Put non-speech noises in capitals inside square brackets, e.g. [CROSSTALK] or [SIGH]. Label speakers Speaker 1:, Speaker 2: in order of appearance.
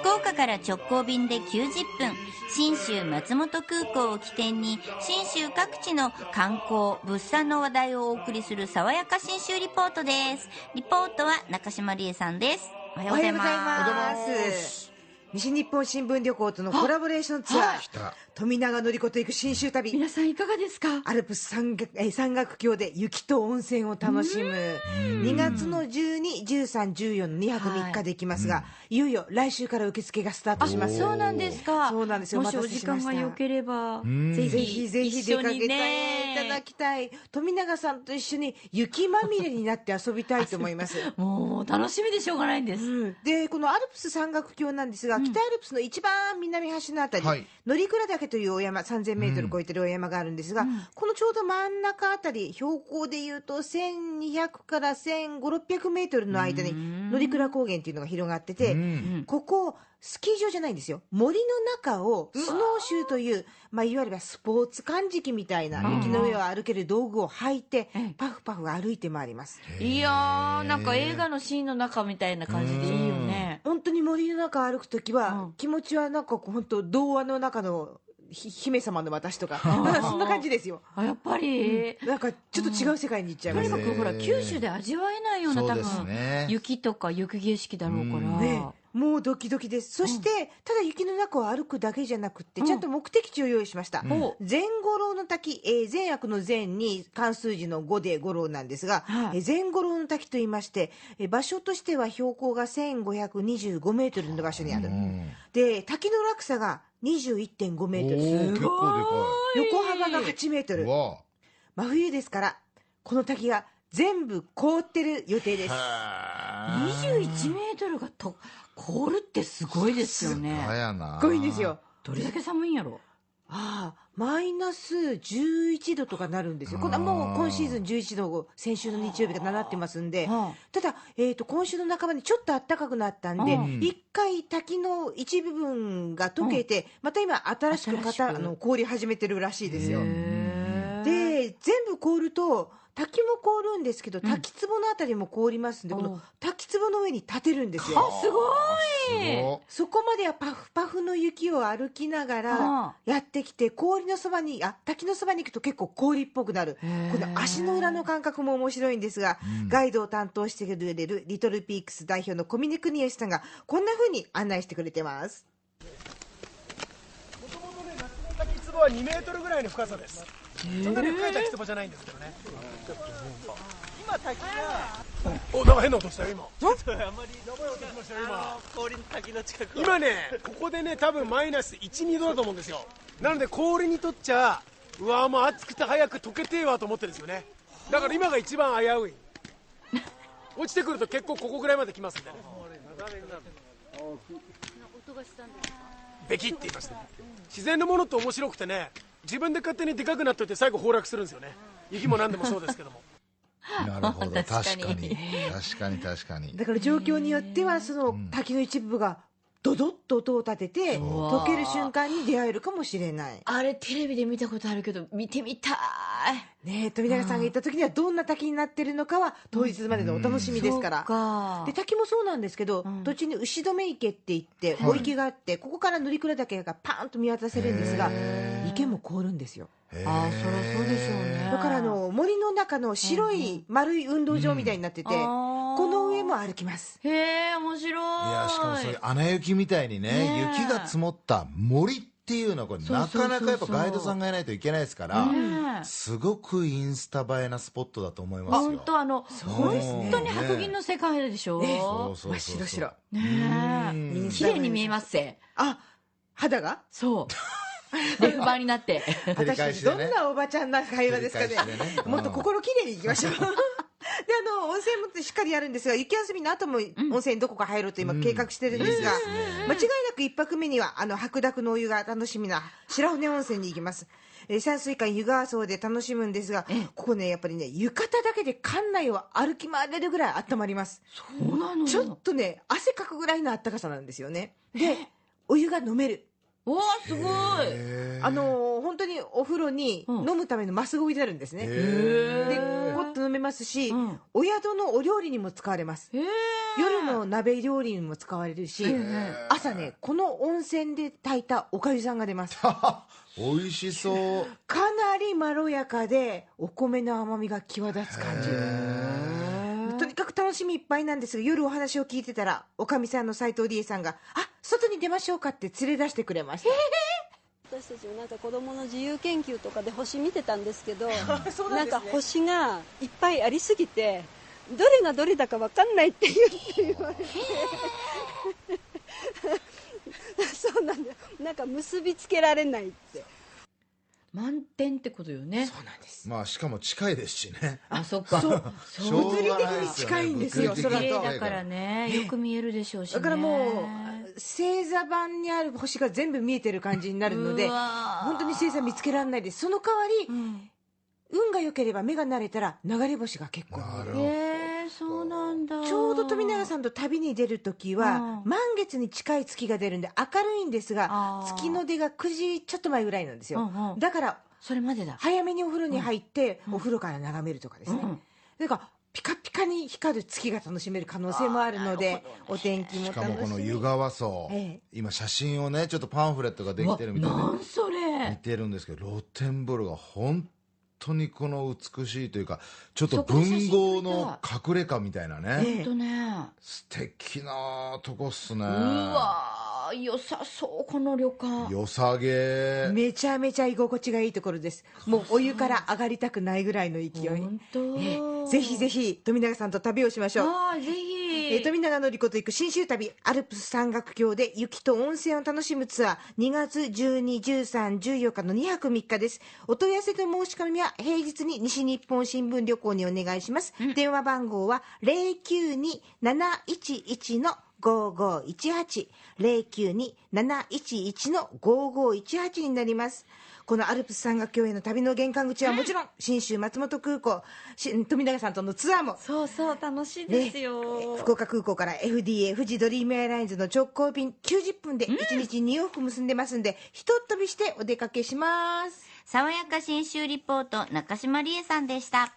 Speaker 1: 福岡から直行便で90分、新州松本空港を起点に、新州各地の観光、物産の話題をお送りする爽やか新州リポートです。リポートは中島理恵さんです。おはようございます。
Speaker 2: おはようございます西日本新聞旅行とのコラボレーションツアー
Speaker 3: た
Speaker 2: 富永のり子と行く新州旅
Speaker 4: 皆さんいかがですか
Speaker 2: アルプス山岳えー山岳橋で雪と温泉を楽しむ2月の12、13、14の2泊3日で行きますが、いよいよ来週から受付がスタートします
Speaker 4: そうなんですか
Speaker 2: そうなんですよ
Speaker 4: もしお時間が良ければぜひ
Speaker 2: ぜひぜひ出
Speaker 4: 一緒
Speaker 2: かけ
Speaker 4: に
Speaker 2: て
Speaker 4: ね
Speaker 2: いただきたい富永さんと一緒に雪まみれになって遊びたいと思います
Speaker 4: もう楽しみでしょうがないんです、
Speaker 2: でこのアルプス山岳橋なんですが、北アルプスの一番南端のあたり、
Speaker 3: はい
Speaker 2: 乗鞍岳というお山3 0 0 0メートル超えてるお山があるんですが、このちょうど真ん中あたり標高でいうと1200から1 5 0 0メートルの間に乗鞍高原っていうのが広がってて、ここスキー場じゃないんですよ森の中をスノーシューという、まあ、いわゆるスポーツ感じ機みたいな雪の上を歩ける道具を履いて、パフパフ歩いて回ります。
Speaker 4: いやーなんか映画のシーンの中みたいな感じでいいよね
Speaker 2: 本当に森の中歩くときは、
Speaker 4: うん
Speaker 2: 気持ちはなんかこう本当童話の中のひ姫様の私とか [LAUGHS] そんな感じですよ
Speaker 4: あやっぱり、
Speaker 2: なんかちょっと違う世界に行っちゃい
Speaker 4: と
Speaker 2: ま
Speaker 4: に
Speaker 2: す、
Speaker 4: かくほら
Speaker 3: へー
Speaker 4: 九州で味わえないような
Speaker 3: そ
Speaker 4: 多
Speaker 3: うです
Speaker 4: 分、
Speaker 3: ね
Speaker 4: 雪とか雪景色だろうから、
Speaker 3: うん
Speaker 2: ねもうドキドキですそして、ただ雪の中を歩くだけじゃなくってちゃんと目的地を用意しました、
Speaker 4: ほ
Speaker 2: 善五郎の滝、えー善悪の善に関数字の5で五郎なんですが、
Speaker 4: は
Speaker 2: え
Speaker 4: い
Speaker 2: ー善五郎の滝といいまして、えー場所としては標高が1525メートルの場所にある、で滝の落差が21.5メートル
Speaker 3: おー結構
Speaker 2: 横幅が8メート
Speaker 3: でか
Speaker 2: ル
Speaker 3: いうわ
Speaker 2: 真冬ですからこの滝が全部凍ってる予定です
Speaker 3: へ
Speaker 4: 2 1メートルがと凍るってすごいですよ
Speaker 3: ーは
Speaker 4: ね
Speaker 3: やな
Speaker 2: すごいんですよ
Speaker 4: どれだけ寒いんやろ
Speaker 2: ああマイナス11度とかなるんですよこんなもう今シーズン11度を先週の日曜日がなってますんで
Speaker 4: は
Speaker 2: ただ、えー、と今週の半ばにちょっと暖かくなったんで
Speaker 4: うん
Speaker 2: 一回滝の一部分が溶けてまた今新しく
Speaker 4: 新
Speaker 2: か
Speaker 4: しく
Speaker 2: たあの凍り始めてるらしいですよ
Speaker 4: へー
Speaker 2: で全部凍ると滝も凍るんですけど滝壺のあたりも凍りますんで、
Speaker 4: うん
Speaker 2: この滝壺の上に立てるんですよ
Speaker 4: あすごい
Speaker 3: お
Speaker 2: そこまではパフパフの雪を歩きなが
Speaker 4: あ
Speaker 2: らやってきて氷のそばにあ滝のそばに行くと結構氷っぽくなる
Speaker 4: へ
Speaker 2: こ
Speaker 4: ー
Speaker 2: の足の裏の感覚も面白いんですが、ガイドを担当してくれるリトルピークス代表の小峰邦義さんがこんな風に案内してくれてます
Speaker 5: もともとね、夏の滝壺は2メートルぐらいの深さです。そんなに深い滝壺じゃないんですけどね。今滝が。お、なんか変な音したよ、今。
Speaker 6: あの氷の滝の近くを
Speaker 5: 今ね、ここでね、多分マイナス1、2度だと思うんですよ。なので、氷にとっちゃ、うわーもう暑くて早く溶けてえわと思ってるんですよね。だから今が一番危うい。落ちてくると結構ここぐらいまで来ますんでね。ベキって言いましたね自然のものって面白くてね自分で勝手にでかくなっといて最後崩落するんですよね雪も何でもそうですけども
Speaker 3: なるほど
Speaker 1: 確
Speaker 3: 確か
Speaker 1: かに
Speaker 3: に確かに確かに
Speaker 2: だから状況によってはその滝の一部がドドッと音を立てて溶ける瞬間に出会えるかもしれない
Speaker 4: あれテレビで見たことあるけど見てみたい
Speaker 2: ねえ富永さんが行った時にはどんな滝になってるのかは当日までのお楽しみですから、
Speaker 4: か
Speaker 2: で滝もそうなんですけど、途中に牛留池って言って、お池があってここから乗鞍岳がパーンと見渡せるんですが池も凍るんですよ
Speaker 4: ああそりゃそうでしょうね
Speaker 2: だからあの森の中の白い丸い運動場みたいになってて、
Speaker 4: あー
Speaker 2: この上も歩きます
Speaker 4: へえ面白い
Speaker 3: いやしかもそういう穴雪みたいにね
Speaker 4: ねえ
Speaker 3: 雪が積もった森っていうのはこれなかなかやっぱ
Speaker 4: そうそうそうそう
Speaker 3: ガイドさんがいないといけないですから
Speaker 4: ねえ
Speaker 3: すごくインスタ映えなスポットだと思います
Speaker 4: 本
Speaker 3: よ
Speaker 4: 当あの
Speaker 3: うです
Speaker 4: 本
Speaker 3: ね
Speaker 4: 当に白銀の世界でしょ
Speaker 3: そうそうそうそう
Speaker 2: 真っ白白
Speaker 4: ね
Speaker 2: うん
Speaker 4: え綺麗に見えますぜ
Speaker 2: あ肌が
Speaker 4: そう
Speaker 2: [LAUGHS]
Speaker 4: レフ板になって
Speaker 3: 照り返し
Speaker 2: 私
Speaker 3: で
Speaker 2: ど
Speaker 3: ね
Speaker 2: んなおばちゃんな会話ですかね
Speaker 3: 繰り返しでねうん
Speaker 2: もっと心きれいにいきましょう [LAUGHS] であの温泉もしっかりやるんですが雪休みの後も温泉どこか入ろうと今計画してるんですが、間違いなく一泊目にはあの白濁のお湯が楽しみな白骨温泉に行きますえー山水館湯川荘で楽しむんですがここねやっぱりね浴衣だけで館内を歩き回れるぐらい温まります
Speaker 4: そうなの
Speaker 2: ちょっとね汗かくぐらいの暖かさなんですよねでお湯が飲める
Speaker 4: おおすごい
Speaker 2: あのー本当にお風呂に
Speaker 4: うん
Speaker 2: 飲むためのマスが置いてあるんですね、
Speaker 3: へ
Speaker 2: でゴッと飲めますし、
Speaker 4: うん
Speaker 2: お宿のお料理にも使われます
Speaker 4: へえ
Speaker 2: 夜の鍋料理にも使われるし、朝ね、この温泉で炊いたおかゆさんが出ます。
Speaker 3: 美味しそう
Speaker 2: かなりまろやかで、お米の甘みが際立つ感じ。とにかく楽しみいっぱいなんですが、夜お話を聞いてたら、おかみさんの斎藤理恵さんが、あ、外に出ましょうかって連れ出してくれました。
Speaker 6: 私たちもなんか子供の自由研究とかで星見てたんですけど
Speaker 2: [LAUGHS] そうな
Speaker 6: なんん
Speaker 2: ですね
Speaker 6: か星がいっぱいありすぎてどれがどれだか分かんないって言って言われて [LAUGHS] そうなんだよなんか結びつけられないって
Speaker 4: 満点ってことよね。
Speaker 3: まあしかも近いですしね
Speaker 4: あ、そっか。そう。
Speaker 3: しょうが
Speaker 2: 物
Speaker 3: ない
Speaker 2: 理的に近いんですよ
Speaker 3: 物理
Speaker 2: 空と
Speaker 3: 的に近
Speaker 4: だ
Speaker 3: い
Speaker 4: からね、よく見えるでしょうし、ね。
Speaker 2: だからもう、星座版にある星が全部見えてる感じになるので、
Speaker 4: うわー
Speaker 2: 本当に星座見つけられないです。その代わり、
Speaker 4: ん
Speaker 2: 運が良ければ目が慣れたら流れ星が結構見える
Speaker 3: なるほど
Speaker 4: えー、そうなんだ。
Speaker 2: ちょうど富永さんと旅に出るときは、
Speaker 4: うん
Speaker 2: 満月に近い月が出るんで明るいんですが
Speaker 4: あ、ー
Speaker 2: 月の出が9時ちょっと前ぐらいなんですよ。
Speaker 4: うんうん
Speaker 2: だから、
Speaker 4: それまでだ。
Speaker 2: 早めにお風呂に入って、お風呂から眺めるとかですね。
Speaker 4: うん
Speaker 2: なんか、ピカピカに光る月が楽しめる可能性もあるので、お天気も
Speaker 3: し
Speaker 2: 楽
Speaker 3: か
Speaker 2: し
Speaker 3: も
Speaker 2: み。
Speaker 3: この湯川荘、
Speaker 2: ええ
Speaker 3: 今写真をねちょっとパンフレットができてるみたいで
Speaker 4: なんそ
Speaker 3: 似
Speaker 4: れ。
Speaker 3: てるんですけど露天風呂が本当にこの美しいというかちょっと
Speaker 4: そこに写
Speaker 3: 文
Speaker 4: 真
Speaker 3: 豪の隠れ家みたいなね
Speaker 2: ええ
Speaker 4: ほんとね。
Speaker 3: 素敵なとこっすね
Speaker 4: うわー、良さそう、この旅館。
Speaker 3: よさげ
Speaker 2: めちゃめちゃ居心地がいいところです。もうお湯から上がりたくないぐらいの勢い。
Speaker 4: 本当、
Speaker 2: ええぜひぜひ、富永さんと旅をしましょう。
Speaker 4: ああ、ぜ
Speaker 2: え
Speaker 4: ひ。
Speaker 2: ー、富永のりこと行く新州旅アルプス山岳橋で雪と温泉を楽しむツアー2月12、13、14日の2泊3日ですお問い合わせと申し込みは平日に西日本新聞旅行にお願いします、電話番号は092711の5518 092711の5518になりますこのアルプス山岳橋への旅の玄関口はもちろん新州松本空港し富永さんとのツアーも
Speaker 4: そうそう、楽しいですよ。
Speaker 2: 福岡空港から FDA 富士ドリームエアラインズの直行便90分で1日2往復結んでますんで、ひとっ飛びしてお出かけします
Speaker 1: 爽やか新州リポート中島理恵さんでした。